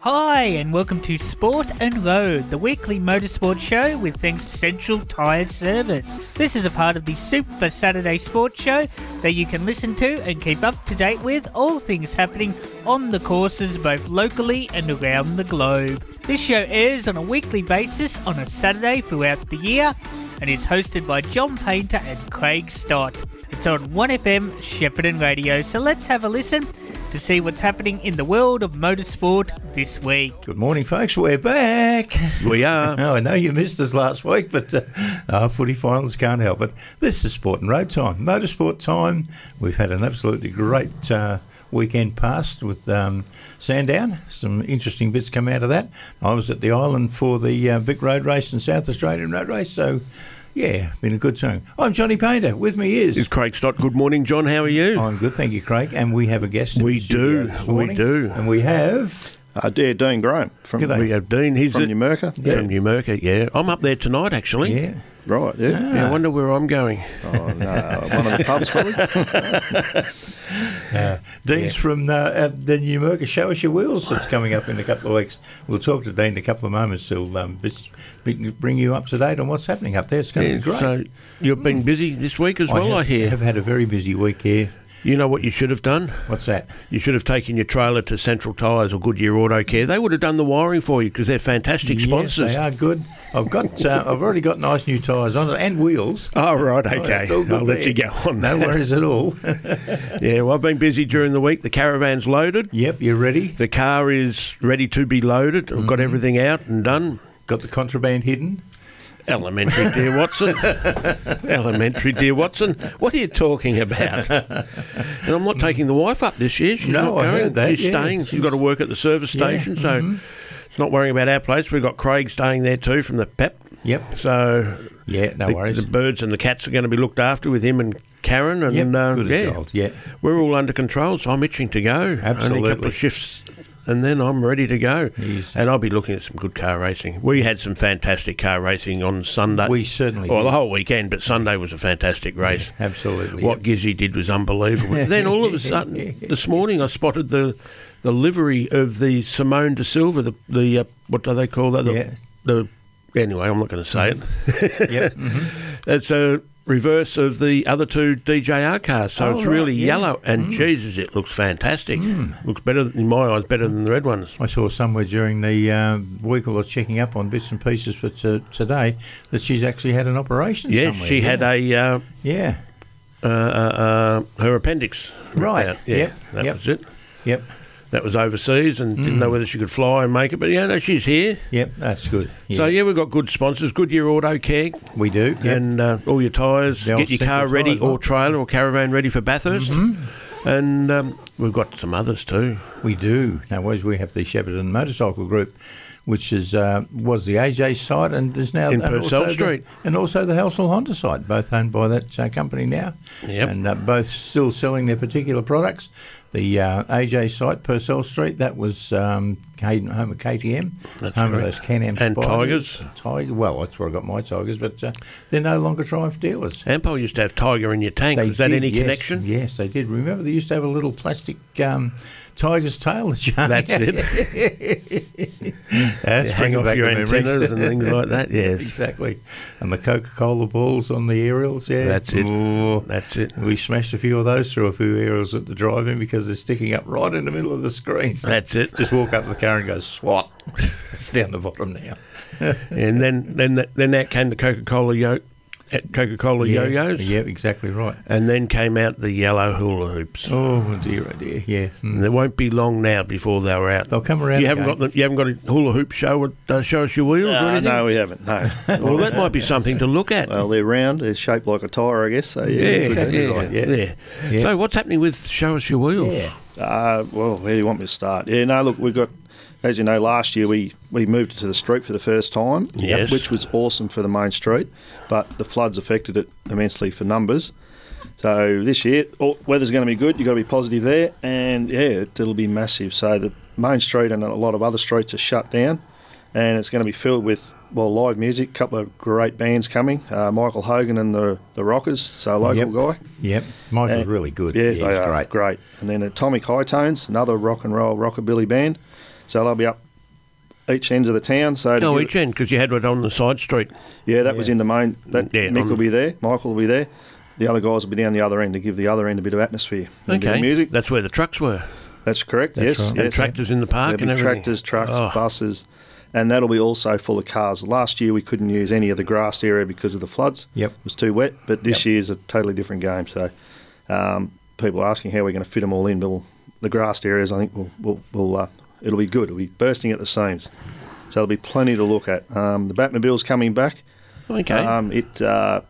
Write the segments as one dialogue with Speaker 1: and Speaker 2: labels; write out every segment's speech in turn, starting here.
Speaker 1: Hi, and welcome to Sport and Load, the weekly motorsport show with thanks to Central Tyre Service. This is a part of the Super Saturday Sports Show that you can listen to and keep up to date with all things happening on the courses both locally and around the globe. This show airs on a weekly basis on a Saturday throughout the year and is hosted by John Painter and Craig Stott. It's on 1FM Shepparton Radio, so let's have a listen to see what's happening in the world of motorsport this week.
Speaker 2: Good morning, folks. We're back.
Speaker 3: We are.
Speaker 2: Oh, I know you missed us last week, but uh, no, footy finals can't help it. This is Sport and Road Time, Motorsport Time. We've had an absolutely great uh, weekend past with um, Sandown. Some interesting bits come out of that. I was at the island for the uh, Vic Road Race and South Australian Road Race, so yeah, been a good time. I'm Johnny Painter. With me is.
Speaker 3: It's Craig Stott. Good morning, John. How are you?
Speaker 2: I'm good, thank you, Craig. And we have a guest. in
Speaker 3: We
Speaker 2: the studio
Speaker 3: do.
Speaker 2: this
Speaker 3: We
Speaker 2: morning.
Speaker 3: do.
Speaker 2: And we have.
Speaker 4: Uh, yeah, Dean Graham from
Speaker 2: G'day.
Speaker 3: We have Dean. He's
Speaker 4: from
Speaker 3: at-
Speaker 4: Numerica.
Speaker 3: Yeah. From Numerica, yeah. I'm up there tonight, actually.
Speaker 2: Yeah.
Speaker 4: Right, yeah.
Speaker 3: Yeah, I wonder where I'm going.
Speaker 4: Oh, no, one of the pubs probably.
Speaker 2: Dean's from uh, at the Numerica Show Us Your Wheels that's coming up in a couple of weeks. We'll talk to Dean in a couple of moments. He'll um, bis- be- bring you up to date on what's happening up there. It's going to
Speaker 3: Yeah,
Speaker 2: be great.
Speaker 3: So you've been busy this week as well,
Speaker 2: have,
Speaker 3: I hear.
Speaker 2: have had a very busy week here.
Speaker 3: You know what you should have done?
Speaker 2: What's that?
Speaker 3: You should have taken your trailer to Central Tyres or Goodyear Auto Care. They would have done the wiring for you because they're fantastic sponsors.
Speaker 2: Yes, they are good. I've got. Uh, I've already got nice new tyres on it and wheels.
Speaker 3: Oh, right, okay.
Speaker 2: it's all good
Speaker 3: I'll let
Speaker 2: there.
Speaker 3: you go on
Speaker 2: No
Speaker 3: that one.
Speaker 2: worries at all.
Speaker 3: Yeah, well, I've been busy during the week. The caravan's loaded.
Speaker 2: yep, you're ready.
Speaker 3: The car is ready to be loaded. I've
Speaker 2: Mm-hmm.
Speaker 3: got everything out and done.
Speaker 2: Got the contraband hidden.
Speaker 3: Elementary, dear Watson. Elementary, dear Watson. What are you talking about? And I'm not taking the wife up this year. She's
Speaker 2: No,
Speaker 3: not
Speaker 2: I
Speaker 3: going.
Speaker 2: heard that,
Speaker 3: She's
Speaker 2: yeah.
Speaker 3: staying. She's got to work at the service
Speaker 2: Yeah, mm-hmm.
Speaker 3: station, so it's not worrying about our place. We've got Craig staying there too from the PEP.
Speaker 2: Yep.
Speaker 3: So
Speaker 2: Yeah, no
Speaker 3: the,
Speaker 2: worries.
Speaker 3: the birds and the cats are going to be looked after with him and Karen. And
Speaker 2: Yep,
Speaker 3: uh,
Speaker 2: good as
Speaker 3: yeah,
Speaker 2: gold, yeah.
Speaker 3: we're all under control. So I'm itching to go. Only a couple
Speaker 2: Absolutely.
Speaker 3: of shifts. And then I'm ready to go.
Speaker 2: Yes.
Speaker 3: And I'll be looking at some good car racing. We had some fantastic car racing on Sunday.
Speaker 2: We certainly
Speaker 3: Well,
Speaker 2: did.
Speaker 3: the whole weekend, but Sunday was a fantastic race.
Speaker 2: Absolutely.
Speaker 3: What Gizzy did was unbelievable. then all of a sudden, this morning, I spotted the the livery of the Simone de Silva, the, the uh, what do they call that? The,
Speaker 2: Yeah.
Speaker 3: the Anyway, I'm not going to say
Speaker 2: Yep.
Speaker 3: it.
Speaker 2: yep.
Speaker 3: It's a reverse of the other two DJR cars, so
Speaker 2: Oh,
Speaker 3: it's
Speaker 2: right,
Speaker 3: really
Speaker 2: yeah. Mm. Hmm.
Speaker 3: yellow. And Jesus, it looks fantastic. Looks better than, in my eyes, better than the red ones.
Speaker 2: I saw somewhere during the uh, week while I was checking up on bits and pieces for t- today that she's actually had an operation.
Speaker 3: Yes,
Speaker 2: somewhere.
Speaker 3: she had a uh,
Speaker 2: Yeah.
Speaker 3: uh, uh, uh, her appendix. ripped
Speaker 2: Right,
Speaker 3: out. Yeah,
Speaker 2: yep,
Speaker 3: that
Speaker 2: yep. Hmm.
Speaker 3: was it.
Speaker 2: Yep.
Speaker 3: That was overseas and didn't know whether she could fly and make it. But yeah, no, she's here.
Speaker 2: Yep. That's good. Yeah,
Speaker 3: So yeah, we've got good sponsors, Goodyear Auto Care,
Speaker 2: we do. Yep.
Speaker 3: and uh, all your tyres.
Speaker 2: They'll
Speaker 3: Get your
Speaker 2: set
Speaker 3: car
Speaker 2: your
Speaker 3: ready,
Speaker 2: tyres
Speaker 3: or
Speaker 2: up. Mm-hmm.
Speaker 3: trailer or caravan ready for Bathurst. And um, we've got some others too.
Speaker 2: we do. Now, whereas we have the Shepparton Motorcycle Group, which is uh, was the AJ site and is now
Speaker 3: In
Speaker 2: and
Speaker 3: Purcell
Speaker 2: also the-
Speaker 3: Street.
Speaker 2: and also the Household Honda site, both owned by that uh, company now,
Speaker 3: Yep.
Speaker 2: and uh, both still selling their particular products. The uh, AJ site, Purcell Street, that was um, Caden, home of KTM,
Speaker 3: That's
Speaker 2: home
Speaker 3: correct.
Speaker 2: of those Can-Am
Speaker 3: And
Speaker 2: Spiders,
Speaker 3: Tigers.
Speaker 2: Tiger. Well, that's where I got my Tigers, but uh, they're no longer Triumph dealers.
Speaker 3: Ampol used to have Tiger in your tank.
Speaker 2: They
Speaker 3: Is that
Speaker 2: did,
Speaker 3: any
Speaker 2: yes.
Speaker 3: connection?
Speaker 2: Yes, they did. Remember, they used to have a little plastic um, tiger's tail. That you
Speaker 3: That's it.
Speaker 2: That's
Speaker 3: Hang
Speaker 2: bringing
Speaker 3: off
Speaker 2: back
Speaker 3: your
Speaker 2: the memories.
Speaker 3: antennas and things like that. Yes,
Speaker 2: exactly. And the Coca Cola balls on the aerials. Yeah,
Speaker 3: That's it.
Speaker 2: Ooh.
Speaker 3: that's it.
Speaker 2: We smashed a few of those through a few aerials at the drive-in because they're sticking up right in the middle of the screen. So
Speaker 3: That's it.
Speaker 2: Just walk up to the car and go swat. it's down the bottom now.
Speaker 3: And then then that, then out came the Coca Cola yo, Coca Cola
Speaker 2: Yeah,
Speaker 3: yo-yos,
Speaker 2: Yeah, exactly right.
Speaker 3: and then came out the yellow hula hoops.
Speaker 2: Oh dear, oh dear. Yeah, mm.
Speaker 3: And it won't be long now before they were out.
Speaker 2: they'll come around.
Speaker 3: you haven't
Speaker 2: again.
Speaker 3: got the, you haven't got a hula hoop show at uh, show us your wheels or
Speaker 4: Uh,
Speaker 3: anything.
Speaker 4: no, we haven't. No.
Speaker 3: Well, that might be something to look at.
Speaker 4: well, they're round. They're shaped like a tyre, I guess. So yeah.
Speaker 3: yeah,
Speaker 4: it could
Speaker 3: exactly.
Speaker 4: be
Speaker 3: Yeah,
Speaker 4: right.
Speaker 2: yeah.
Speaker 3: yeah.
Speaker 2: Yeah.
Speaker 3: So, what's happening with show us your wheels?
Speaker 2: Yeah.
Speaker 4: Uh, well, where do you want me to start? Yeah. No. Look, we've got. As you know, last year we, we moved it to the street for the first time,
Speaker 3: Yes.
Speaker 4: which was awesome for the main street, but the floods affected it immensely for numbers. So this year, all, weather's going to be good. You've got to be positive there, and yeah, it, it'll be massive. So the main street and a lot of other streets are shut down, and it's going to be filled with well live music. A couple of great bands coming. Uh, Michael Hogan and the the Rockers, so a local guy.
Speaker 2: Yep, Michael's
Speaker 4: Uh,
Speaker 2: really good.
Speaker 4: Yeah, they
Speaker 2: he's
Speaker 4: are
Speaker 2: great.
Speaker 4: uh, great. And then Atomic High Tones, another rock and roll rockabilly band. So they'll be up each ends of the town. So to
Speaker 3: No,
Speaker 4: give-
Speaker 3: Oh, each end because you had it on the side street.
Speaker 4: yeah, that was in the main. That
Speaker 3: Yeah,
Speaker 4: Nick
Speaker 3: on-
Speaker 4: will be there. Michael will be there. The other guys will be down the other end to give the other end a bit of atmosphere. and a bit of
Speaker 3: Okay,
Speaker 4: music.
Speaker 3: That's where the trucks were.
Speaker 4: That's correct.
Speaker 2: That's
Speaker 4: yes,
Speaker 2: right.
Speaker 3: And
Speaker 4: yes.
Speaker 3: tractors in the park
Speaker 4: There'll
Speaker 3: and
Speaker 4: be
Speaker 3: everything.
Speaker 4: tractors, trucks,
Speaker 3: Oh,
Speaker 4: buses, and that'll be also full of cars. Last year we couldn't use any of the grassed area because of the floods.
Speaker 2: Yep.
Speaker 4: It was too wet, but this year's a totally different game. So um, people are asking how we're going to fit them all in, but we'll, the grassed areas, I think, will will, will uh, it'll be good. It'll be bursting at the seams. So there'll be plenty to look at. Um, the Batmobile's coming back.
Speaker 3: okay.
Speaker 4: Um, it uh,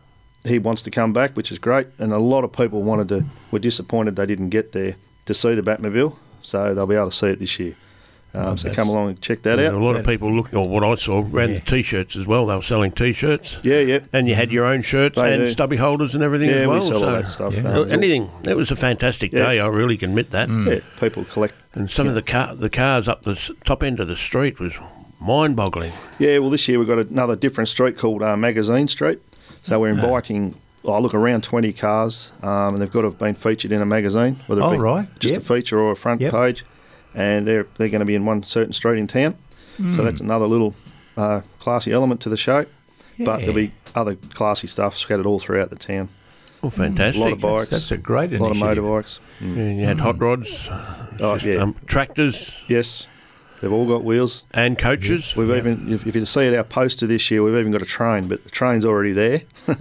Speaker 4: he wants to come back, which is great, and a lot of people wanted to were disappointed they didn't get there to see the Batmobile, so they'll be able to see it this year. Um, so
Speaker 2: that's-
Speaker 4: come along and check that
Speaker 3: And a
Speaker 4: out.
Speaker 3: lot of people looking, or what I saw, around
Speaker 2: Yeah.
Speaker 3: the t-shirts as well. They were selling t-shirts,
Speaker 4: Yeah, yeah,
Speaker 3: and you had your own shirts
Speaker 4: They
Speaker 3: and
Speaker 4: do.
Speaker 3: stubby holders and everything
Speaker 4: yeah.
Speaker 3: as well.
Speaker 4: we sell
Speaker 3: so
Speaker 4: all that stuff.
Speaker 2: Yeah.
Speaker 4: Um,
Speaker 3: anything. It was a fantastic
Speaker 4: Yeah. Mm.
Speaker 3: day. I really can admit that.
Speaker 4: Yeah, people collect.
Speaker 3: And some of the car, the cars up the s- top end of the street was mind-boggling.
Speaker 4: Yeah, well, this year we've got another different street called uh, Magazine Street, so we're inviting. I look around twenty cars, um, and they've got to have been featured in a magazine, whether it
Speaker 2: Oh,
Speaker 4: be
Speaker 2: right.
Speaker 4: just
Speaker 2: Yep.
Speaker 4: a feature or a front
Speaker 2: Yep.
Speaker 4: page, and they're they're going to be in one certain street in town. So that's
Speaker 2: Hmm.
Speaker 4: another little uh, classy element to the show. But
Speaker 2: Yeah.
Speaker 4: there'll be other classy stuff scattered all throughout the town.
Speaker 3: Well, fantastic.
Speaker 4: Mm. A lot of bikes,
Speaker 2: That's a great
Speaker 4: a lot of
Speaker 2: initiative.
Speaker 4: motorbikes.
Speaker 3: And you had hot rods,
Speaker 4: Oh Mm. yeah,
Speaker 3: um, tractors,
Speaker 4: yes, they've all got wheels.
Speaker 3: and coaches.
Speaker 4: We've even, if, if you see at our poster this year, we've even got a train, but the train's already there. But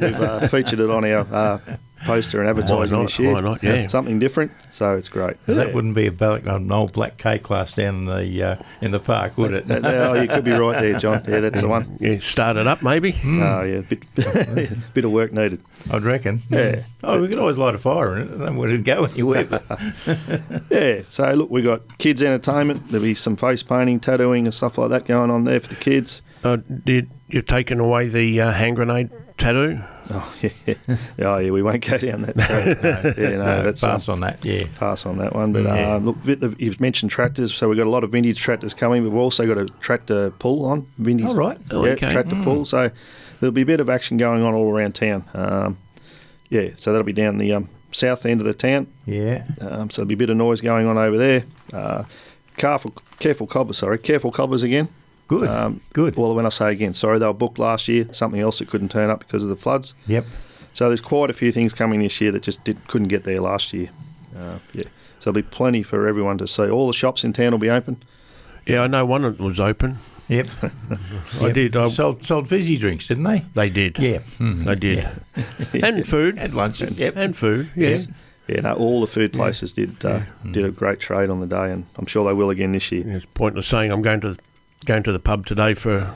Speaker 4: we've uh, featured it on our uh, poster and advertising
Speaker 3: Why not?
Speaker 4: this year.
Speaker 3: Why not? Yeah.
Speaker 4: something different. So it's great.
Speaker 2: And
Speaker 4: Yeah.
Speaker 2: That wouldn't be a black, an old black K class down in the uh, in the park, would it?
Speaker 4: That- that- oh, you could be right there, John. Yeah, that's the one.
Speaker 3: You started up maybe.
Speaker 4: Oh, yeah, bit, bit of work needed.
Speaker 2: I'd reckon.
Speaker 4: Yeah.
Speaker 2: Oh, we could always light a fire in it. I don't want it to go anywhere. But
Speaker 4: Yeah, so look, we got kids entertainment. There'll be some face painting, tattooing, and stuff like that going on there for the kids.
Speaker 3: Uh, did you've taken away the uh, hand grenade tattoo?
Speaker 4: Oh yeah, yeah. oh yeah, we won't go down that. Road. yeah, no,
Speaker 2: uh,
Speaker 4: that's
Speaker 2: pass
Speaker 4: um,
Speaker 2: on that. Yeah.
Speaker 4: pass on that one. But
Speaker 2: Yeah.
Speaker 4: uh, look, vi- the- you've mentioned tractors, so we've got a lot of vintage tractors coming. But we've also got a tractor pull on vintage.
Speaker 2: All right. Hmm.
Speaker 3: Oh,
Speaker 4: yeah,
Speaker 3: okay.
Speaker 4: tractor pull. So there'll be a bit of action going on all around town. Um, yeah, so that'll be down the um, south end of the town.
Speaker 2: Yeah.
Speaker 4: Um, so there'll be a bit of noise going on over there. Uh, careful, careful cobbers. Sorry, careful cobbers again.
Speaker 2: Good.
Speaker 4: Um,
Speaker 2: Good.
Speaker 4: Well, when I say again, sorry, they were booked last year. Something else that couldn't turn up because of the floods.
Speaker 2: yep.
Speaker 4: So there's quite a few things coming this year that just did, couldn't get there last year.
Speaker 3: Ah.
Speaker 4: Uh, yeah. So there'll be plenty for everyone to see. All the shops in town will be open.
Speaker 3: Yeah, I know one that was open.
Speaker 2: Yep.
Speaker 3: I
Speaker 2: Yep.
Speaker 3: did.
Speaker 4: uh,
Speaker 3: I,
Speaker 2: sold sold fizzy drinks, didn't they?
Speaker 3: they did.
Speaker 2: Yeah.
Speaker 3: they did. and food.
Speaker 2: And lunches. Yep.
Speaker 3: And food. Yeah.
Speaker 2: Yes.
Speaker 4: Yeah, no, all the food places did uh, did
Speaker 3: Mm.
Speaker 4: a great trade on the day, and I'm sure they will again this year.
Speaker 3: It's pointless saying I'm going to going to the pub today for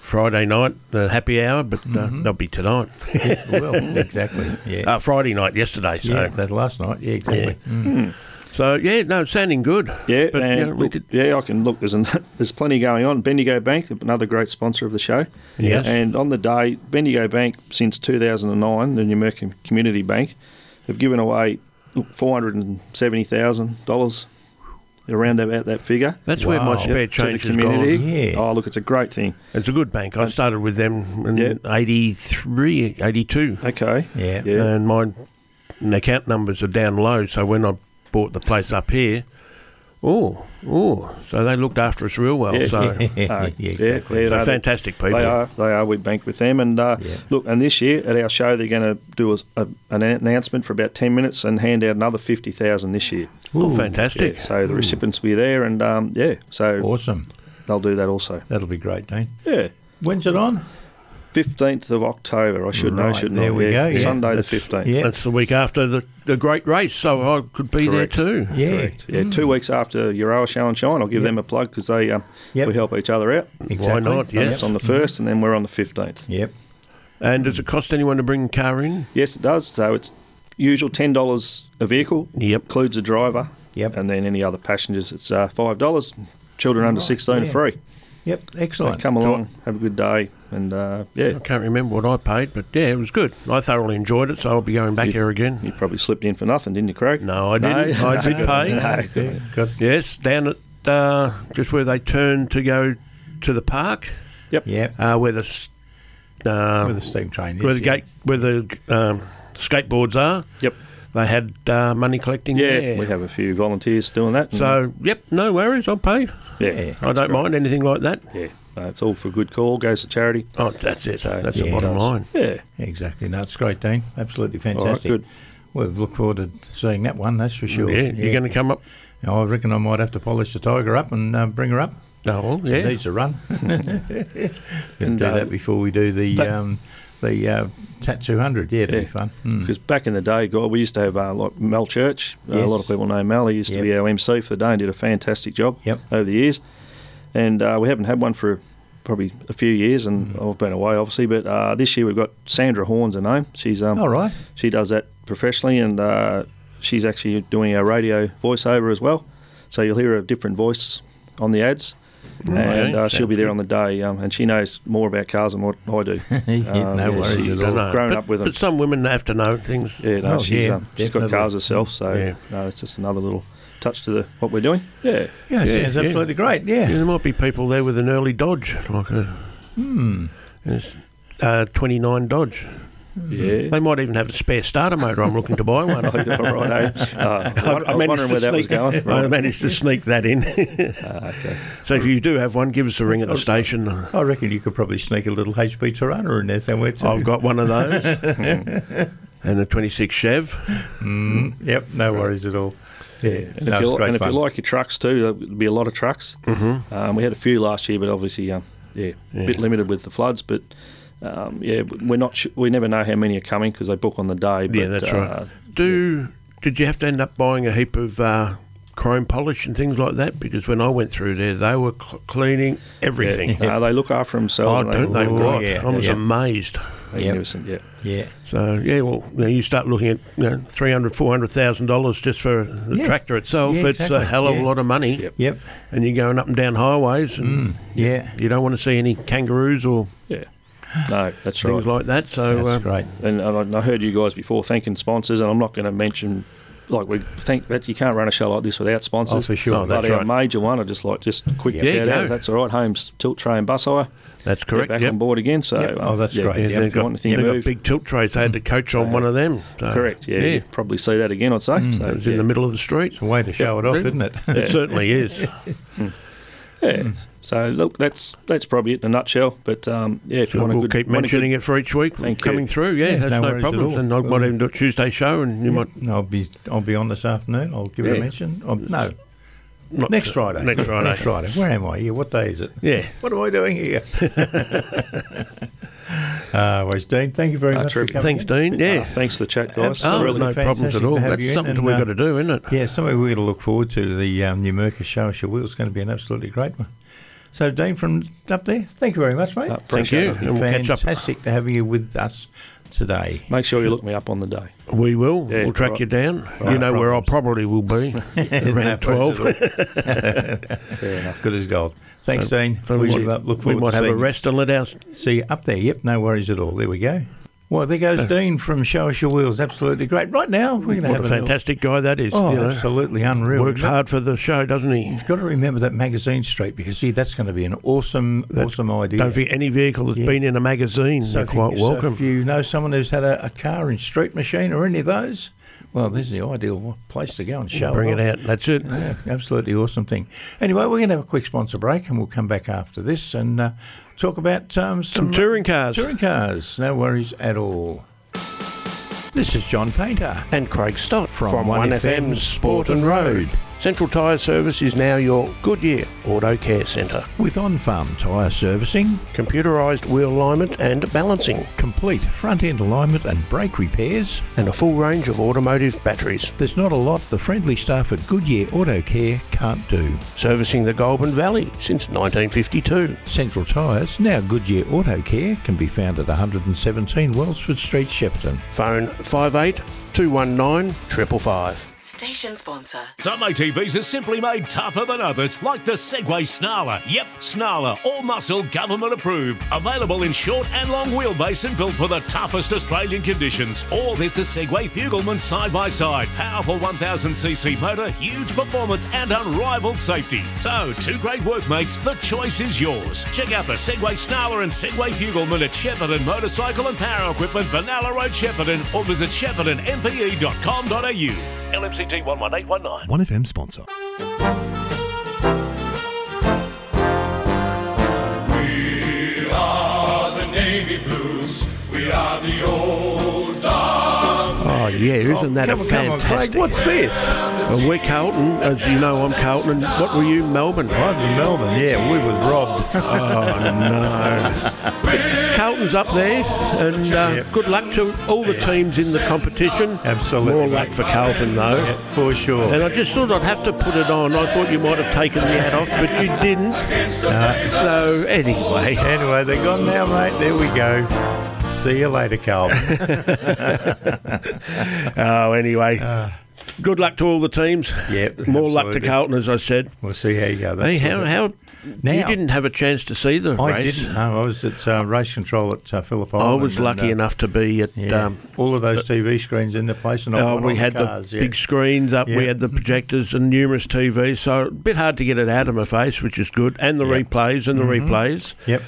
Speaker 3: Friday night, the happy hour, but
Speaker 2: Mm-hmm.
Speaker 3: uh, that'll be tonight.
Speaker 2: well, exactly. Yeah.
Speaker 4: Oh,
Speaker 3: Uh, Friday night, yesterday. So,
Speaker 2: yeah. That last night. Yeah. Exactly. Mm.
Speaker 3: so yeah, no, sounding good.
Speaker 4: Yeah,
Speaker 3: but
Speaker 4: and
Speaker 3: you know, we
Speaker 4: look-
Speaker 3: did.
Speaker 4: yeah, I can look. There's an, there's plenty going on. Bendigo Bank, another great sponsor of the show.
Speaker 3: Yes.
Speaker 4: And on the day, Bendigo Bank since 2009, the New American Community Bank, have given away look, $470,000 around about that figure.
Speaker 3: That's where my
Speaker 2: Wow.
Speaker 3: spare
Speaker 4: to the
Speaker 3: change has
Speaker 4: community.
Speaker 3: gone.
Speaker 2: Yeah.
Speaker 4: Oh, look, it's a great thing.
Speaker 3: It's a good bank. I started with them in
Speaker 4: Yeah.
Speaker 3: 83, 82.
Speaker 4: Okay.
Speaker 2: Yeah.
Speaker 4: Yeah.
Speaker 3: and my and account numbers are down low. So when I bought the place up here, oh, oh, so they looked after us real well.
Speaker 4: Yeah.
Speaker 3: So
Speaker 4: Uh,
Speaker 2: yeah. Exactly.
Speaker 4: yeah,
Speaker 3: they're
Speaker 4: no, they-
Speaker 3: fantastic people.
Speaker 4: They are. They are. We bank with them, and uh,
Speaker 2: Yeah.
Speaker 4: look. And this year at our show, they're going to do a, a, an announcement for about ten minutes and hand out another fifty thousand this year.
Speaker 3: Oh,
Speaker 2: Ooh.
Speaker 3: fantastic.
Speaker 4: So the recipients will be there, and um, yeah, so
Speaker 2: Awesome.
Speaker 4: they'll do that also.
Speaker 2: That'll be great, Dean.
Speaker 4: Yeah,
Speaker 2: When's it on?
Speaker 4: fifteenth of October. I should know,
Speaker 2: Right,
Speaker 4: shouldn't
Speaker 2: there
Speaker 4: I?
Speaker 2: we go, yeah.
Speaker 4: Sunday the
Speaker 3: That's-
Speaker 4: fifteenth.
Speaker 2: Yeah.
Speaker 3: That's the week after the, the great race, so I could be
Speaker 4: Correct.
Speaker 3: there too.
Speaker 2: Yeah. Mm.
Speaker 4: Correct. Yeah, two weeks after Euroa Show and Shine, I'll give them a plug because they um,
Speaker 2: Yep.
Speaker 4: we help each other out.
Speaker 2: Exactly.
Speaker 3: not?
Speaker 4: And
Speaker 3: Yes.
Speaker 4: it's on the first, and then we're on the fifteenth.
Speaker 2: Yep.
Speaker 3: And does it cost anyone to bring a car in?
Speaker 4: Yes, it does. So it's usual ten dollars a vehicle.
Speaker 3: Yep.
Speaker 4: Includes a driver.
Speaker 2: Yep.
Speaker 4: And then any other passengers, it's uh, five dollars. Children under sixteen are
Speaker 2: yeah.
Speaker 4: free.
Speaker 2: Yep.
Speaker 4: So
Speaker 2: Excellent.
Speaker 4: come along, have a good day, and uh, yeah,
Speaker 3: I can't remember what I paid, but yeah, it was good. I thoroughly enjoyed it, so I'll be going back here again.
Speaker 4: you probably slipped in for nothing, didn't you, Craig?
Speaker 3: No, I didn't.
Speaker 4: No.
Speaker 3: I did pay.
Speaker 2: Yeah, Good.
Speaker 3: Yes, down at uh, just where they turn to go to the park,
Speaker 4: Yep.
Speaker 2: Yep.
Speaker 3: uh, where the s- uh,
Speaker 2: With the steam train.
Speaker 3: where
Speaker 2: yes,
Speaker 3: the
Speaker 2: yeah.
Speaker 3: gate where the um, skateboards are.
Speaker 4: Yep.
Speaker 3: they had uh, money collecting
Speaker 4: Yeah,
Speaker 3: there.
Speaker 4: we have a few volunteers doing that. and-
Speaker 3: So, yep, no worries. I'll pay.
Speaker 4: yeah,
Speaker 3: I don't mind anything like that.
Speaker 4: yeah, no, it's all for a good call. Goes to charity.
Speaker 3: Oh, that's it. that's the
Speaker 2: yeah,
Speaker 3: bottom
Speaker 2: it does.
Speaker 3: line.
Speaker 4: Yeah,
Speaker 2: Exactly. No, it's great, Dean. Absolutely fantastic.
Speaker 4: good.
Speaker 2: We'll look forward to seeing that one, that's for sure.
Speaker 3: Mm, Yeah, you're going to come up.
Speaker 2: I reckon I might have to polish the tiger up and uh, bring her up.
Speaker 3: No,
Speaker 2: It
Speaker 3: yeah.
Speaker 2: needs a run. and
Speaker 4: And,
Speaker 2: do
Speaker 4: uh,
Speaker 2: that before we do the
Speaker 4: but-
Speaker 2: um, the uh, Tat 200. Yeah, it'll be
Speaker 4: Yeah.
Speaker 2: fun. Mm.
Speaker 4: because back in the day, God, we used to have uh, like Mel Church. Uh, a lot
Speaker 2: Yes.
Speaker 4: of people know Mel. He used
Speaker 2: Yep.
Speaker 4: to be our MC for the day and did a fantastic job
Speaker 2: Yep.
Speaker 4: over the years. And uh, we haven't had one for probably a few years, and
Speaker 2: Hmm.
Speaker 4: I've been away obviously. But uh, this year we've got Sandra Horn's her name. She's um,
Speaker 2: All right.
Speaker 4: she does that professionally, and uh, she's actually doing our radio voiceover as well. So you'll hear a different voice on the ads, and uh, she'll be there on the day. Um, and she knows more about cars than what I do. Um,
Speaker 2: Yeah, no
Speaker 4: yeah,
Speaker 2: worries
Speaker 4: she-
Speaker 2: at
Speaker 4: I
Speaker 2: all.
Speaker 4: know. grown
Speaker 3: but,
Speaker 4: up with 'em.
Speaker 3: But some women have to know things.
Speaker 4: Yeah, no,
Speaker 2: Oh,
Speaker 4: she's,
Speaker 2: yeah,
Speaker 4: um, she's got
Speaker 2: definitely.
Speaker 4: cars herself, so
Speaker 3: Yeah.
Speaker 4: no, it's just another little touch to the, what we're doing. Yeah,
Speaker 2: Yeah,
Speaker 3: Yeah,
Speaker 2: sounds
Speaker 3: yeah.
Speaker 2: absolutely great. Yeah.
Speaker 3: Yeah, there might be people there with an early Dodge, like a
Speaker 4: Hmm.
Speaker 3: yes, uh, 29 Dodge.
Speaker 4: yeah.
Speaker 3: They might even have a spare starter motor. I'm looking to buy one.
Speaker 4: All
Speaker 3: I,
Speaker 4: right, eh? Uh, I, was wondering where that was
Speaker 3: sneak,
Speaker 4: going.
Speaker 3: I
Speaker 4: Right. Ah,
Speaker 3: managed to sneak that in. So if you do have one, give us a ring at the station.
Speaker 2: I reckon you could probably sneak a little HP Tirana in there somewhere too.
Speaker 3: I've got one of those and a 26 Chev.
Speaker 2: Mm, yep, no worries at all. Yeah,
Speaker 4: And,
Speaker 2: no,
Speaker 4: if,
Speaker 2: it's
Speaker 4: you,
Speaker 2: great
Speaker 4: and if you
Speaker 2: fun.
Speaker 4: like your trucks too, there'll be a lot of trucks. Mm-hmm. Um, we had a few last year, but obviously, um, yeah,
Speaker 3: Yeah.
Speaker 4: a bit limited with the floods. But um, yeah, we're not. Sh- we never know how many are coming because they book on the day. But,
Speaker 3: yeah, that's
Speaker 4: uh,
Speaker 3: right. Do did you have to end up buying a heap of uh, chrome polish and things like that? Because when I went through there, they were cl- cleaning everything.
Speaker 4: uh, they look after
Speaker 3: Oh,
Speaker 4: themselves. and
Speaker 3: don't they
Speaker 2: Oh,
Speaker 3: right?
Speaker 2: yeah,
Speaker 3: I was
Speaker 2: yeah.
Speaker 3: amazed.
Speaker 4: Magnificent, yeah.
Speaker 2: yeah,
Speaker 3: So yeah, well, you, know, you start looking at you know, three hundred, four hundred thousand dollars just for the
Speaker 2: Yeah.
Speaker 3: tractor itself.
Speaker 2: Yeah,
Speaker 3: it's a
Speaker 2: exactly.
Speaker 3: hell of
Speaker 2: Yeah.
Speaker 3: a lot of money,
Speaker 4: Yep.
Speaker 2: yep,
Speaker 3: and you're going up and down highways,
Speaker 2: Mm.
Speaker 3: and
Speaker 2: yeah.
Speaker 3: you don't want to see any kangaroos or
Speaker 4: yeah, No, that's right.
Speaker 3: things like that. So
Speaker 2: That's
Speaker 3: uh,
Speaker 2: great.
Speaker 4: and, and I- I heard you guys before thanking sponsors, and I'm not going to mention like we think that you can't run a show like this without sponsors.
Speaker 2: Oh, for sure. Oh,
Speaker 4: but
Speaker 2: that's
Speaker 4: our
Speaker 2: right.
Speaker 4: major one, I just like just a quick
Speaker 3: Yeah,
Speaker 4: shout
Speaker 3: go.
Speaker 4: out. if That's all right. Holmes Tilt Tray and Bus Hire.
Speaker 3: that's
Speaker 4: They're
Speaker 3: correct.
Speaker 4: back
Speaker 3: yep.
Speaker 4: on board again. So
Speaker 2: Yep.
Speaker 4: um,
Speaker 2: Oh, that's
Speaker 4: yeah,
Speaker 2: great.
Speaker 3: Yeah,
Speaker 2: Yep.
Speaker 3: they've
Speaker 4: you
Speaker 3: got,
Speaker 4: want anything
Speaker 3: they've got
Speaker 4: moved.
Speaker 3: big tilt trays. They had to coach on one of them. So,
Speaker 4: Correct. Yeah,
Speaker 3: yeah.
Speaker 4: you probably see that again. I'd say. So,
Speaker 3: It was
Speaker 4: yeah.
Speaker 3: in the middle of the street.
Speaker 2: It's a way to show it off,
Speaker 3: really.
Speaker 2: isn't it?
Speaker 3: It certainly is.
Speaker 4: Yeah. So look, that's that's probably it in a nutshell. But um, yeah, if you want
Speaker 3: we'll
Speaker 4: to
Speaker 3: keep mentioning it for each week
Speaker 4: Thank you.
Speaker 3: coming through. Yeah,
Speaker 2: Yeah,
Speaker 3: that's
Speaker 2: no
Speaker 3: no,
Speaker 2: worries at
Speaker 3: problem.
Speaker 2: all.
Speaker 3: And I
Speaker 2: Well-
Speaker 3: might even do a Tuesday show, and you might
Speaker 2: I'll be I'll be on this afternoon. I'll give it a
Speaker 4: Yeah.
Speaker 2: mention. Oh, no,
Speaker 3: not-
Speaker 2: next Friday.
Speaker 3: Next Friday.
Speaker 2: next Friday. Where am I? Yeah, what day is it?
Speaker 3: Yeah.
Speaker 2: What am I doing here? uh, well, Dean, thank you very
Speaker 4: Ah,
Speaker 2: much.
Speaker 4: terrific.
Speaker 2: For coming
Speaker 3: Thanks,
Speaker 2: in.
Speaker 3: Dean. Yeah.
Speaker 4: Thanks for the chat, guys.
Speaker 2: Absolutely.
Speaker 3: Oh,
Speaker 4: Really
Speaker 3: no problems
Speaker 2: fantastic
Speaker 3: at all.
Speaker 2: to have
Speaker 3: That's
Speaker 2: you in,
Speaker 3: something
Speaker 2: and,
Speaker 3: we've
Speaker 2: uh,
Speaker 3: got to do, isn't it?
Speaker 2: Yeah, something we're going to look forward to. The um, New Mercus Show Us Your Wheels is going to be an absolutely great one. So, Dean, from up there, thank you very much, mate.
Speaker 4: Uh,
Speaker 3: Thank
Speaker 4: appreciate
Speaker 3: you.
Speaker 4: it.
Speaker 3: And we'll catch up.
Speaker 2: Fantastic to have you with us today.
Speaker 4: Make sure you look me up on the day.
Speaker 3: We will.
Speaker 4: Yeah,
Speaker 3: we'll track
Speaker 4: right.
Speaker 3: you down. you know where I probably will be around 12.
Speaker 4: Fair enough.
Speaker 2: Good as gold. Thanks, Dean.
Speaker 3: So
Speaker 2: we,
Speaker 3: we
Speaker 2: look
Speaker 3: might,
Speaker 2: forward
Speaker 3: we might
Speaker 2: to
Speaker 3: have a
Speaker 2: seeing you.
Speaker 3: rest and let our
Speaker 2: See you up there. Yep, no worries at all. There we go. Well, there goes Dean from Show Us Your Wheels. Absolutely great. Right now, we're going to
Speaker 3: What
Speaker 2: have a
Speaker 3: a
Speaker 2: little-
Speaker 3: fantastic guy that is.
Speaker 2: Oh,
Speaker 3: you know.
Speaker 2: absolutely unreal.
Speaker 3: Works hard for the show, doesn't he?
Speaker 2: You've got to remember that magazine street because see, that's going to be an awesome, awesome idea.
Speaker 3: Don't forget any vehicle that's been in a magazine,
Speaker 2: So
Speaker 3: you're
Speaker 2: if you-
Speaker 3: quite
Speaker 2: so
Speaker 3: welcome.
Speaker 2: if you know someone who's had a, a car in street machine or any of those, well, this is the ideal wa- place to go and show.
Speaker 3: Bring it
Speaker 2: off.
Speaker 3: out. That's it.
Speaker 2: Yeah, absolutely awesome thing. Anyway, we're going to have a quick sponsor break and we'll come back after this and uh, talk about um, some,
Speaker 3: Some touring cars.
Speaker 2: touring cars. No worries at all. This is John Painter.
Speaker 5: and Craig Stott
Speaker 2: From
Speaker 5: from,
Speaker 2: 1FM's
Speaker 5: 1FM's Sport and Road. Central Tyre Service is now your Goodyear Auto Care Centre.
Speaker 2: With on farm tyre servicing,
Speaker 5: Computerised wheel alignment and balancing,
Speaker 2: complete front end alignment and brake repairs,
Speaker 5: and a full range of automotive batteries.
Speaker 2: there's not a lot the friendly staff at Goodyear Auto Care can't do.
Speaker 5: Servicing the Goulburn Valley since 1952.
Speaker 2: Central Tyres, now Goodyear Auto Care, can be found at 117 Wellsford Street, Shepparton.
Speaker 5: Phone 58 219 555.
Speaker 6: Station sponsor.
Speaker 7: Some ATVs are simply made tougher than others, like the Segway Snarler. Yep, Snarler, all muscle, government approved. Available in short and long wheelbase and built for the toughest Australian conditions. Or there's the Segway Fugelman side by side. Powerful 1000cc motor, huge performance, and unrivaled safety. So, two great workmates, the choice is yours. Check out the Segway Snarler and Segway Fugelman at Shepparton Motorcycle and Power Equipment, Vanilla Road, Shepparton, E or visit sheppartonmpe.com.au. LMCT 111819.
Speaker 8: 1FM sponsor.
Speaker 9: We are the Navy Blues. We are the old dog.
Speaker 3: Oh yeah, isn't that
Speaker 2: come
Speaker 3: a
Speaker 2: on, come on,
Speaker 3: fantastic?
Speaker 2: Craig, what's this?
Speaker 3: Uh, we're Carlton, as you know. I'm Carlton. And what were you, Melbourne?
Speaker 2: I'm in Melbourne, yeah, we was robbed.
Speaker 3: Oh no! But Carlton's up there, and uh, good luck to all the teams in the competition.
Speaker 2: Absolutely.
Speaker 3: More luck for Carlton though.
Speaker 2: Yeah, for sure.
Speaker 3: And I just thought I'd have to put it on. I thought you might have taken the hat off, but you didn't.
Speaker 2: Uh,
Speaker 3: So anyway,
Speaker 2: Anyway, they're gone now, mate. There we go. See you later, Carl.
Speaker 3: oh anyway. Good luck to all the teams.
Speaker 2: Yep,
Speaker 3: More luck to
Speaker 2: absolutely.
Speaker 3: Carlton, as I said.
Speaker 2: we'll see how you go. That's
Speaker 3: Hey, how,
Speaker 2: all.
Speaker 3: how you
Speaker 2: Now-
Speaker 3: didn't have a chance to see the
Speaker 2: I
Speaker 3: race?
Speaker 2: didn't know. I was at uh, race control at uh, Phillip
Speaker 3: I
Speaker 2: Island.
Speaker 3: was
Speaker 2: and,
Speaker 3: lucky
Speaker 2: uh,
Speaker 3: enough to be at.
Speaker 2: Yeah,
Speaker 3: Um,
Speaker 2: all of those TV screens in the place, and I
Speaker 3: oh,
Speaker 2: went
Speaker 3: we
Speaker 2: on
Speaker 3: had
Speaker 2: the,
Speaker 3: the
Speaker 2: cars, yeah.
Speaker 3: big screens up. We
Speaker 2: Yeah.
Speaker 3: had the projectors and numerous TVs, so a bit hard to get it out of my face, which is good. And the replays and the replays.
Speaker 2: Mm-hmm. Yep.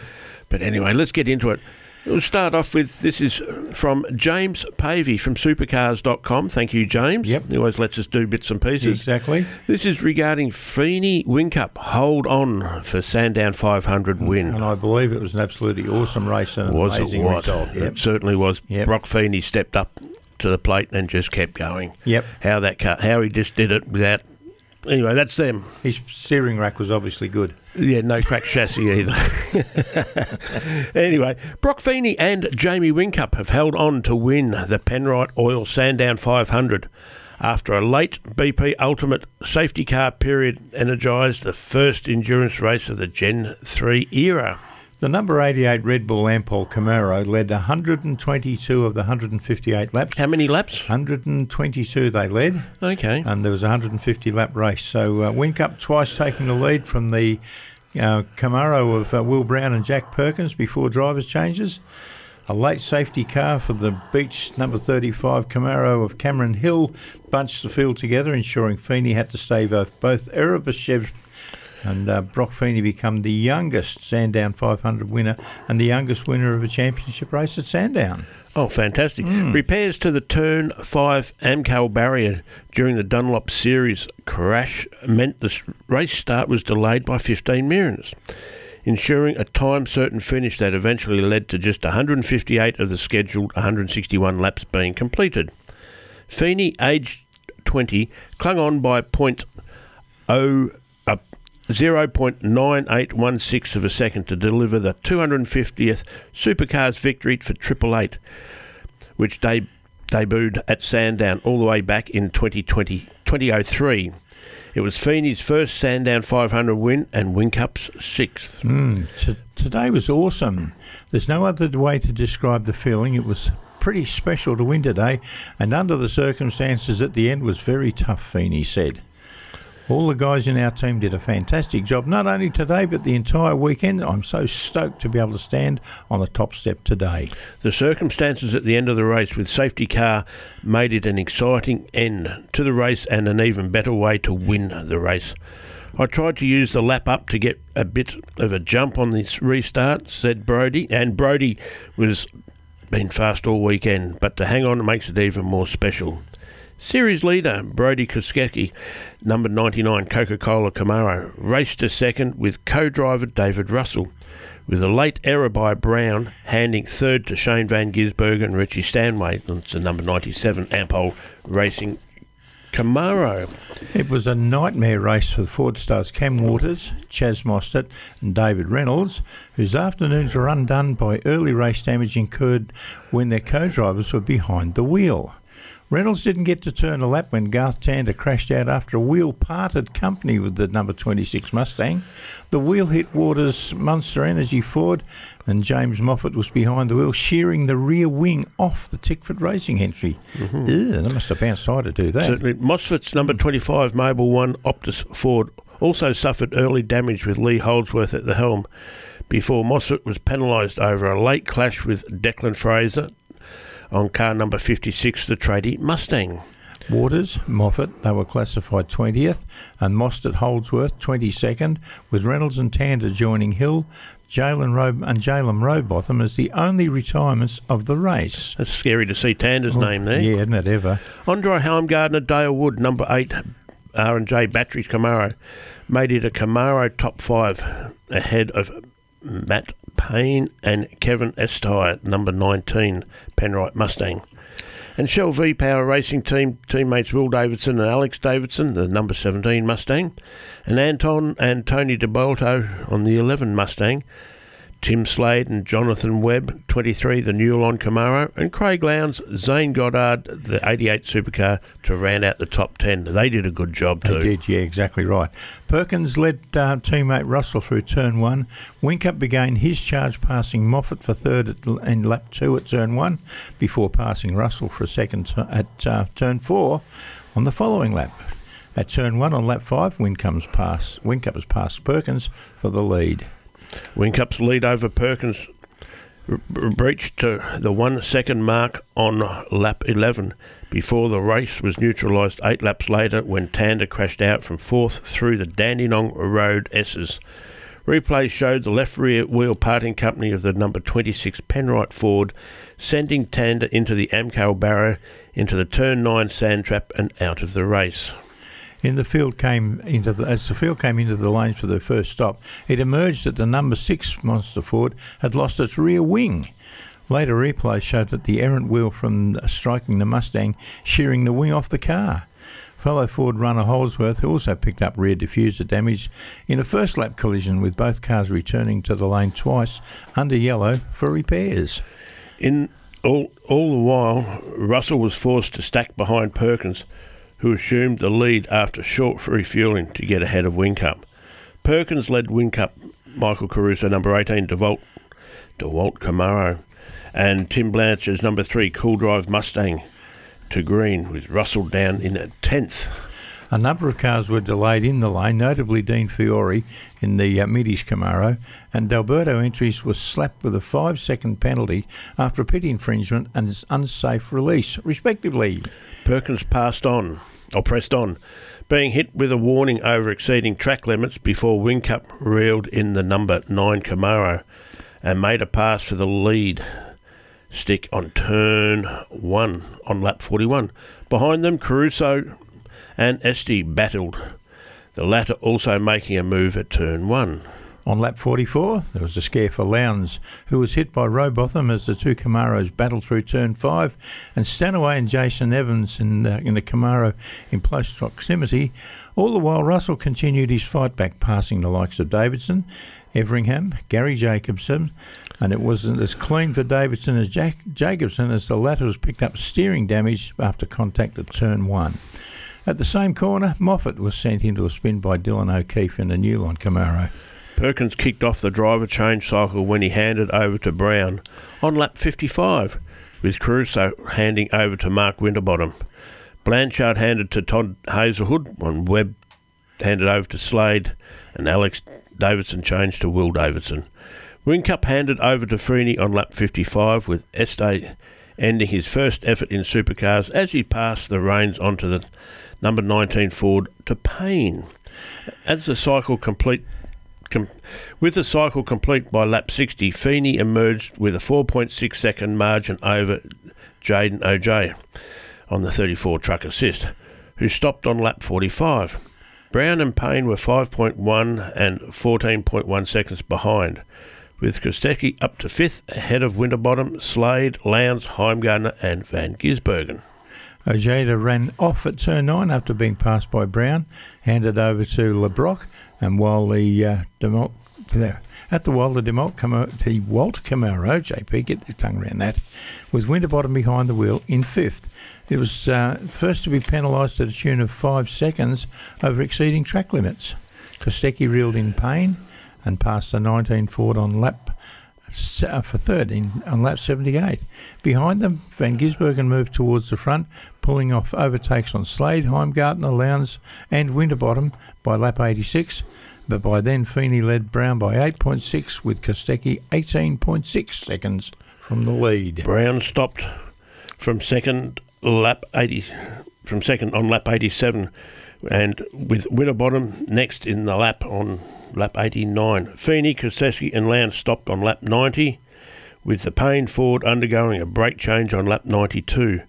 Speaker 3: But anyway, let's get into it. We'll start off with this is from James Pavey from supercars.com. Thank you, James.
Speaker 2: Yep.
Speaker 3: He always lets us do bits and pieces.
Speaker 2: Exactly.
Speaker 3: This is regarding Feeney Wincup. Hold on for Sandown 500 win.
Speaker 2: And Mm, I believe it was an absolutely awesome race and an
Speaker 3: was it
Speaker 2: Uh, amazing
Speaker 3: what?
Speaker 2: result. Yep.
Speaker 3: It certainly was.
Speaker 2: Yep.
Speaker 3: Brock Feeney stepped up to the plate and just kept going.
Speaker 2: Yep.
Speaker 3: How that cut, how he just did it without. Anyway, that's them.
Speaker 2: His steering rack was obviously good.
Speaker 3: Yeah, no crack chassis either. anyway, Brock Feeney and Jamie Wincup have held on to win the Penrite Oil Sandown 500 after a late BP Ultimate safety car period energised the first endurance race of the Gen 3 era.
Speaker 2: The number 88 Red Bull Ampol Camaro led 122 of the 158 laps.
Speaker 3: How many laps?
Speaker 2: 122 they led.
Speaker 3: Okay.
Speaker 2: and there was a 150 lap race. So uh, Wincup twice taking the lead from the uh, Camaro of uh, Will Brown and Jack Perkins before drivers changes. A late safety car for the Beach number 35 Camaro of Cameron Hill bunched the field together, ensuring Feeney had to stay both, both Erebushev and uh, Brock Feeney become the youngest Sandown 500 winner and the youngest winner of a championship race at Sandown.
Speaker 3: Oh, fantastic. Repairs to the Turn 5 AMCAL barrier during the Dunlop Series crash meant the s- race start was delayed by 15 minutes, ensuring a time certain finish that eventually led to just 158 of the scheduled 161 laps being completed. Feeney, aged 20, clung on by point oh, uh, 0.9816 of a second to deliver the 250th Supercars victory for Triple Eight, which de- debuted at Sandown all the way back in 2020, 2003. It was Feeney's first Sandown 500 win and Wincup's sixth.
Speaker 2: Hmm. T- today was awesome. There's no other way to describe the feeling. It was pretty special to win today, and under the circumstances at the end was very tough, Feeney said. All the guys in our team did a fantastic job, not only today, but the entire weekend. I'm so stoked to be able to stand on the top step today.
Speaker 3: The circumstances at the end of the race with safety car made it an exciting end to the race and an even better way to win the race. I tried to use the lap up to get a bit of a jump on this restart, said Brody, and Brody was been fast all weekend, but to hang on makes it even more special. Series leader Brody Kuskecki, number 99 Coca Cola Camaro, raced to second with co driver David Russell, with a late error by Brown handing third to Shane Van Gisbergen and Richie Stanway. That's the number 97 Ampol Racing Camaro.
Speaker 2: It was a nightmare race for the Ford stars Cam Waters, Chaz Mostert, and David Reynolds, whose afternoons were undone by early race damage incurred when their co drivers were behind the wheel. Reynolds didn't get to turn a lap when Garth Tander crashed out after a wheel parted company with the number 26 Mustang. The wheel hit Waters' Munster Energy Ford, and James Moffat was behind the wheel, shearing the rear wing off the Tickford Racing entry. Ew, that must have bounced high to do that.
Speaker 3: Certainly. MOSFET's number 25 Mobile 1 Optus Ford also suffered early damage with Lee Holdsworth at the helm before MOSFET was penalised over a late clash with Declan Fraser on car number 56, the tradie Mustang.
Speaker 2: Waters, Moffat, they were classified 20th, and Mostert Holdsworth 22nd, with Reynolds and Tander joining Hill, Jalen Rob and Jalen Robotham as the only retirements of the race.
Speaker 3: That's scary to see Tander's name there.
Speaker 2: Yeah, isn't it ever?
Speaker 3: Andre Helmgardner, Dale Wood, number eight R and J Batteries Camaro, made it a Camaro top five ahead of Matt Payne and Kevin Estire, number nineteen Penrite Mustang. And Shell V Power Racing team teammates Will Davidson and Alex Davidson, the number 17 Mustang, and Anton and Tony DeBolto on the 11 Mustang, Tim Slade and Jonathan Webb, 23, the Newlon Camaro, and Craig Lowndes, Zane Goddard, the 88 supercar, to round out the top 10. They did a good job too.
Speaker 2: They did, yeah, exactly right. Perkins led uh, teammate Russell through turn one. Winkup began his charge, passing Moffat for third at, l- in lap two at turn one, before passing Russell for a second t- at uh, turn four on the following lap. At turn one on lap five, Wincup's pass. Winkup has passed Perkins for the lead.
Speaker 3: Wincup's lead over Perkins r- r- breached to the one second mark on lap 11 before the race was neutralised eight laps later when Tander crashed out from fourth through the Dandenong Road S's. Replays showed the left rear wheel parting company of the number 26 Penrite Ford sending Tander into the Amcal Barrow, into the turn 9 sand trap, and out of the race.
Speaker 2: In the field came into the, as the field came into the lanes for their first stop, it emerged that the number six Monster Ford had lost its rear wing. Later replays showed that the errant wheel from striking the Mustang shearing the wing off the car. Fellow Ford runner Holsworth, who also picked up rear diffuser damage in a first lap collision with both cars returning to the lane twice under yellow for repairs.
Speaker 3: In all, all the while, Russell was forced to stack behind Perkins, who assumed the lead after short refueling to get ahead of Wincup. Perkins led Wincup, Michael Caruso, number 18, DeWalt, DeWalt Camaro, and Tim Blanchard's number 3, Cool Drive Mustang, to green, with Russell down in 10th.
Speaker 2: A number of cars were delayed in the lane, notably Dean Fiore in the uh, Middish Camaro, and Dalberto entries were slapped with a five second penalty after a pit infringement and its unsafe release, respectively.
Speaker 3: Perkins passed on, or pressed on, being hit with a warning over exceeding track limits before Wincup reeled in the number 9 Camaro and made a pass for the lead stick on turn 1 on lap 41. Behind them, Caruso and Esti battled, the latter also making a move at turn 1.
Speaker 2: On lap 44, there was a scare for Lowndes, who was hit by Robotham as the two Camaros battled through turn 5, and Stanaway and Jason Evans in the, in the Camaro in close proximity. All the while, Russell continued his fight back, passing the likes of Davidson, Everingham, Gary Jacobson, and it wasn't as clean for Davidson as Jack, Jacobson as the latter was picked up steering damage after contact at turn 1. At the same corner, Moffat was sent into a spin by Dylan O'Keefe in a Newlon Camaro.
Speaker 3: Perkins kicked off the driver change cycle when he handed over to Brown on lap 55, with Caruso handing over to Mark Winterbottom. Blanchard handed to Todd Hazelhood, and Webb handed over to Slade, and Alex Davidson changed to Will Davidson. Wincup handed over to Freeney on lap 55, with Este ending his first effort in supercars as he passed the reins onto the number 19 Ford to Payne. As the cycle complete Com- with the cycle complete by lap 60, Feeney emerged with a 4.6 second margin over Jaden OJ on the 34 truck assist, who stopped on lap 45. Brown and Payne were 5.1 and 14.1 seconds behind, with Kostecki up to fifth ahead of Winterbottom, Slade, Lowndes, Heimgartner, and Van Gisbergen.
Speaker 2: Ojeda ran off at turn nine after being passed by Brown, handed over to LeBrock, and while the uh, Demo- for that. At the Wilder Demalt Camaro, the Walt Camaro, JP, get your tongue around that, with Winterbottom behind the wheel in fifth. It was uh, first to be penalised to the tune of five seconds over exceeding track limits. Kostecki reeled in pain and passed the 19 Ford on lap se- uh, for third in, on lap 78. Behind them, Van Gisbergen moved towards the front, pulling off overtakes on Slade, Heimgartner, Lowndes, and Winterbottom by lap 86. But by then, Feeney led Brown by 8.6, with Kostecki 18.6 seconds from the lead.
Speaker 3: Brown stopped from second lap 80 from second on lap 87 and with Winterbottom next in the lap on lap 89. Feeney, Kosciuszko and Lowndes stopped on lap 90 with the Payne Ford undergoing a brake change on lap 92.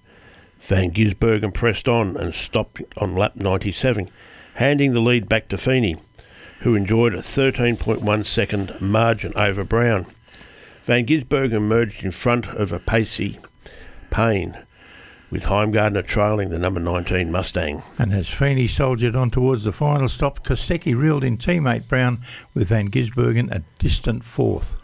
Speaker 3: Van Gisbergen pressed on and stopped on lap 97, handing the lead back to Feeney, who enjoyed a 13.1 second margin over Brown. Van Gisbergen merged in front of a pacey Payne, with Heimgardner trailing the number 19 Mustang.
Speaker 2: And as Feeney soldiered on towards the final stop, Kostecki reeled in teammate Brown with Van Gisbergen a distant fourth.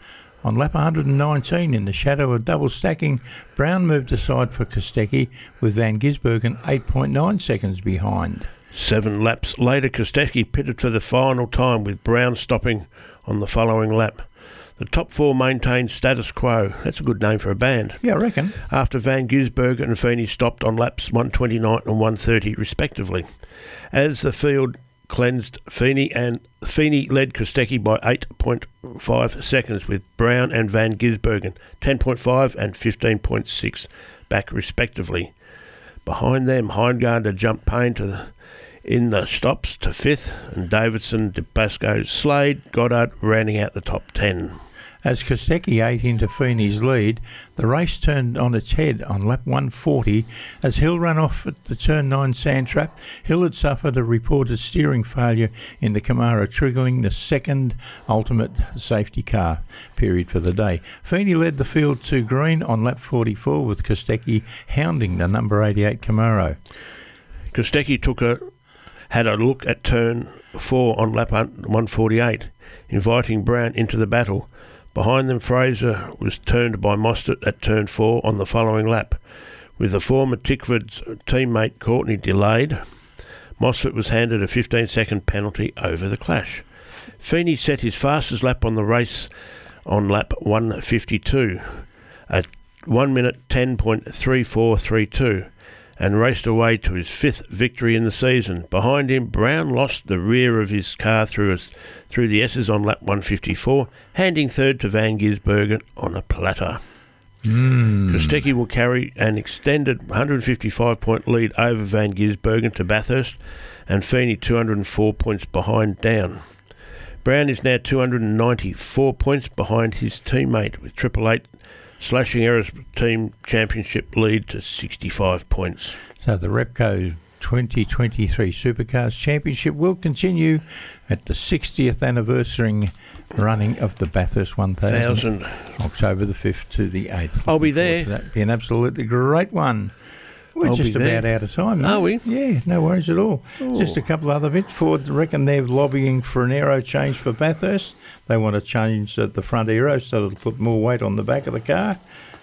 Speaker 2: On lap 119, in the shadow of double stacking, Brown moved aside for Kostecki with Van Gisbergen 8.9 seconds behind.
Speaker 3: Seven laps later, Kostecki pitted for the final time with Brown stopping on the following lap. The top four maintained status quo. That's a good name for a band.
Speaker 2: Yeah, I reckon.
Speaker 3: after Van Gisbergen and Feeney stopped on laps 129 and 130 respectively. As the field cleansed, Feeney and Feeney led Kostecki by 8.5 seconds, with Brown and Van Gisbergen 10.5 and 15.6 back respectively. Behind them, Heingarder jumped Payne to the, in the stops to fifth, and Davidson, DeBasco, Slade, Goddard rounding out the top ten.
Speaker 2: As Kostecki ate into Feeney's lead, the race turned on its head on lap 140 as Hill ran off at the turn 9 sand trap. Hill had suffered a reported steering failure in the Camaro, triggering the second ultimate safety car period for the day. Feeney led the field to green on lap 44 with Kostecki hounding the number 88 Camaro.
Speaker 3: Kostecki took a had a look at turn four on lap un- 148, inviting Brown into the battle. Behind them, Fraser was turned by Mostert at turn four on the following lap, with the former Tickford's teammate Courtney delayed. Mosford was handed a 15 second penalty over the clash. Feeney set his fastest lap on the race on lap 152 at 1 minute 10.3432 and raced away to his fifth victory in the season. Behind him, Brown lost the rear of his car through, his, through the S's on lap 154, handing third to Van Gisbergen on a platter. Kostecki will carry an extended 155 point lead over Van Gisbergen to Bathurst and Feeney 204 points behind down. Brown is now 294 points behind his teammate with Triple Eight slashing Errors team championship lead to 65 points.
Speaker 2: So the Repco 2023 Supercars Championship will continue at the 60th anniversary running of the Bathurst 1000,
Speaker 3: Thousand.
Speaker 2: October the 5th to the 8th.
Speaker 3: I'll be
Speaker 2: Looking forward
Speaker 3: there.
Speaker 2: to That be an absolutely great one. We're
Speaker 3: I'll
Speaker 2: just
Speaker 3: be
Speaker 2: about
Speaker 3: there.
Speaker 2: out of time.
Speaker 3: Are
Speaker 2: mate. Yeah, no worries at all. Just a couple other bits. Ford reckon they're lobbying for an aero change for Bathurst. They want to change the the front aero so it'll put more weight on the back of the car.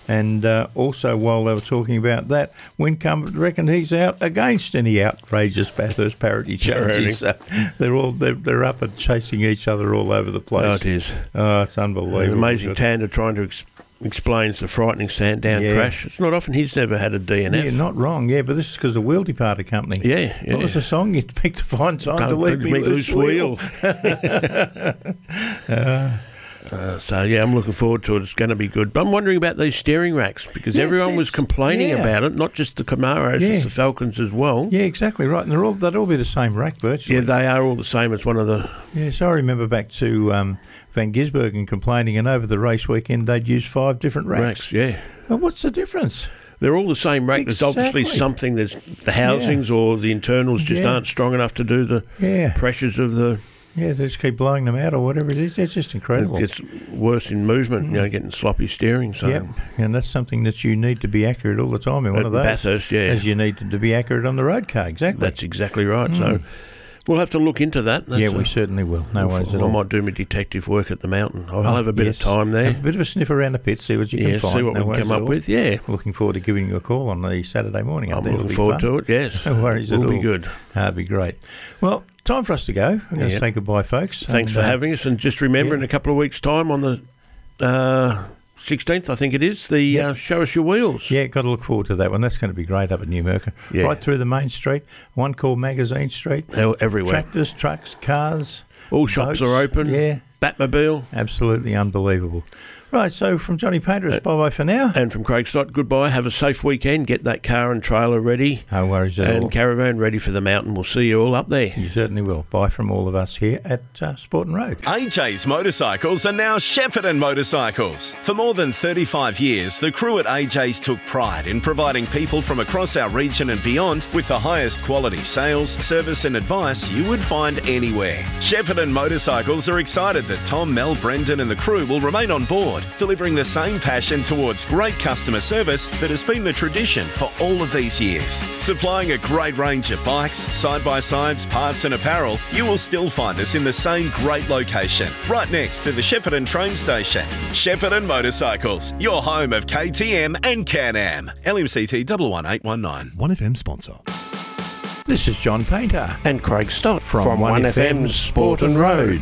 Speaker 2: And uh, also, while they were talking about that, Wincombe reckoned he's out against any outrageous Bathurst parody
Speaker 3: Parody.
Speaker 2: changes. So they're all they're, they're up and chasing each other all over the place.
Speaker 3: Oh, it is.
Speaker 2: Oh, it's unbelievable.
Speaker 3: An amazing
Speaker 2: Good.
Speaker 3: Tander trying to ex- explains the frightening Sandown
Speaker 2: Yeah.
Speaker 3: crash. It's not often he's never had a DNF.
Speaker 2: Yeah, not wrong. Yeah, but this is because the Wheel Departer Company.
Speaker 3: Yeah, yeah.
Speaker 2: What was the song you picked? Find time to
Speaker 3: Don't
Speaker 2: leave
Speaker 3: put
Speaker 2: me
Speaker 3: me
Speaker 2: loose
Speaker 3: loose
Speaker 2: wheel.
Speaker 3: Uh, so yeah, I'm looking forward to it. It's going to be good. But I'm wondering about these steering racks because
Speaker 2: Yes,
Speaker 3: everyone was
Speaker 2: it's-
Speaker 3: complaining
Speaker 2: yeah.
Speaker 3: about it, not just the Camaros,
Speaker 2: Yeah.
Speaker 3: it's the Falcons as well.
Speaker 2: Yeah, exactly right. And they're all they'd all be the same rack virtually.
Speaker 3: Yeah, they are all the same as one of the.
Speaker 2: Yeah, so I remember back to um, Van Gisbergen complaining, and over the race weekend they'd use five different
Speaker 3: Racks,
Speaker 2: racks.
Speaker 3: yeah.
Speaker 2: Well, what's the difference?
Speaker 3: They're all the same rack. There's obviously
Speaker 2: Exactly.
Speaker 3: something that's the housings or the internals just
Speaker 2: Yeah.
Speaker 3: aren't strong enough to do the
Speaker 2: Yeah,
Speaker 3: pressures of the.
Speaker 2: yeah, they just keep blowing them out or whatever it is. It's just incredible.
Speaker 3: It gets worse in movement, you know, getting sloppy steering. So
Speaker 2: Yep, and that's something that you need to be accurate all the time in one
Speaker 3: um, At
Speaker 2: of those.
Speaker 3: Bathurst, yeah.
Speaker 2: As you need to, to be accurate on the road car, exactly. Mm.
Speaker 3: that's exactly right. So We'll have to look into that. That's
Speaker 2: yeah, we
Speaker 3: a-
Speaker 2: certainly will. No worries at
Speaker 3: I
Speaker 2: all. Ah,
Speaker 3: might do my detective work at the mountain. I'll have a bit
Speaker 2: Yes.
Speaker 3: of time there.
Speaker 2: Have a bit of a sniff around the pit, see what you
Speaker 3: Yeah,
Speaker 2: can find.
Speaker 3: see what
Speaker 2: No
Speaker 3: we can
Speaker 2: worries
Speaker 3: come
Speaker 2: at
Speaker 3: up
Speaker 2: all.
Speaker 3: with. Yeah,
Speaker 2: Looking forward to giving you a call on the Saturday morning. up
Speaker 3: I'm
Speaker 2: there. It'll
Speaker 3: looking
Speaker 2: be
Speaker 3: forward
Speaker 2: fun.
Speaker 3: to it. Yes,
Speaker 2: No worries at
Speaker 3: Will be
Speaker 2: all.
Speaker 3: good.
Speaker 2: That'd be great. Well, time for us to go. We're going to
Speaker 3: Yeah.
Speaker 2: say goodbye, folks.
Speaker 3: Thanks
Speaker 2: And,
Speaker 3: for
Speaker 2: uh,
Speaker 3: having us, and just remember, in a couple of weeks' time, on the sixteenth, I think it is, the uh, show us your wheels.
Speaker 2: Yeah, got to look forward to that one. That's going to be great up at New Merca.
Speaker 3: Yeah.
Speaker 2: Right through the main street, one called Magazine Street.
Speaker 3: Hell, everywhere.
Speaker 2: Tractors, trucks, cars.
Speaker 3: All shops
Speaker 2: boats.
Speaker 3: are open.
Speaker 2: Yeah,
Speaker 3: Batmobile,
Speaker 2: absolutely unbelievable. Right, so from Johnny Painter, it's bye bye for now.
Speaker 3: and from Craig Stott, goodbye. Have a safe weekend. Get that car and trailer ready,
Speaker 2: No worries at all.
Speaker 3: and caravan ready for the mountain. We'll see you all up there.
Speaker 2: You certainly will. Bye from all of us here at uh, Sport and Road.
Speaker 7: AJ's Motorcycles are now Shepherd and Motorcycles. For more than 35 years, the crew at AJ's took pride in providing people from across our region and beyond with the highest quality sales, service, and advice you would find anywhere. Shepherd and Motorcycles are excited that Tom, Mel, Brendan, and the crew will remain on board, delivering the same passion towards great customer service that has been the tradition for all of these years. Supplying a great range of bikes, side by sides, parts, and apparel, you will still find us in the same great location, right next to the Shepparton train station. Shepparton Motorcycles, your home of KTM and Can Am. LMCT 11819.
Speaker 8: 1FM sponsor.
Speaker 2: This is John Painter.
Speaker 5: and Craig Stott
Speaker 2: From
Speaker 5: from, 1FM's Sport and Road.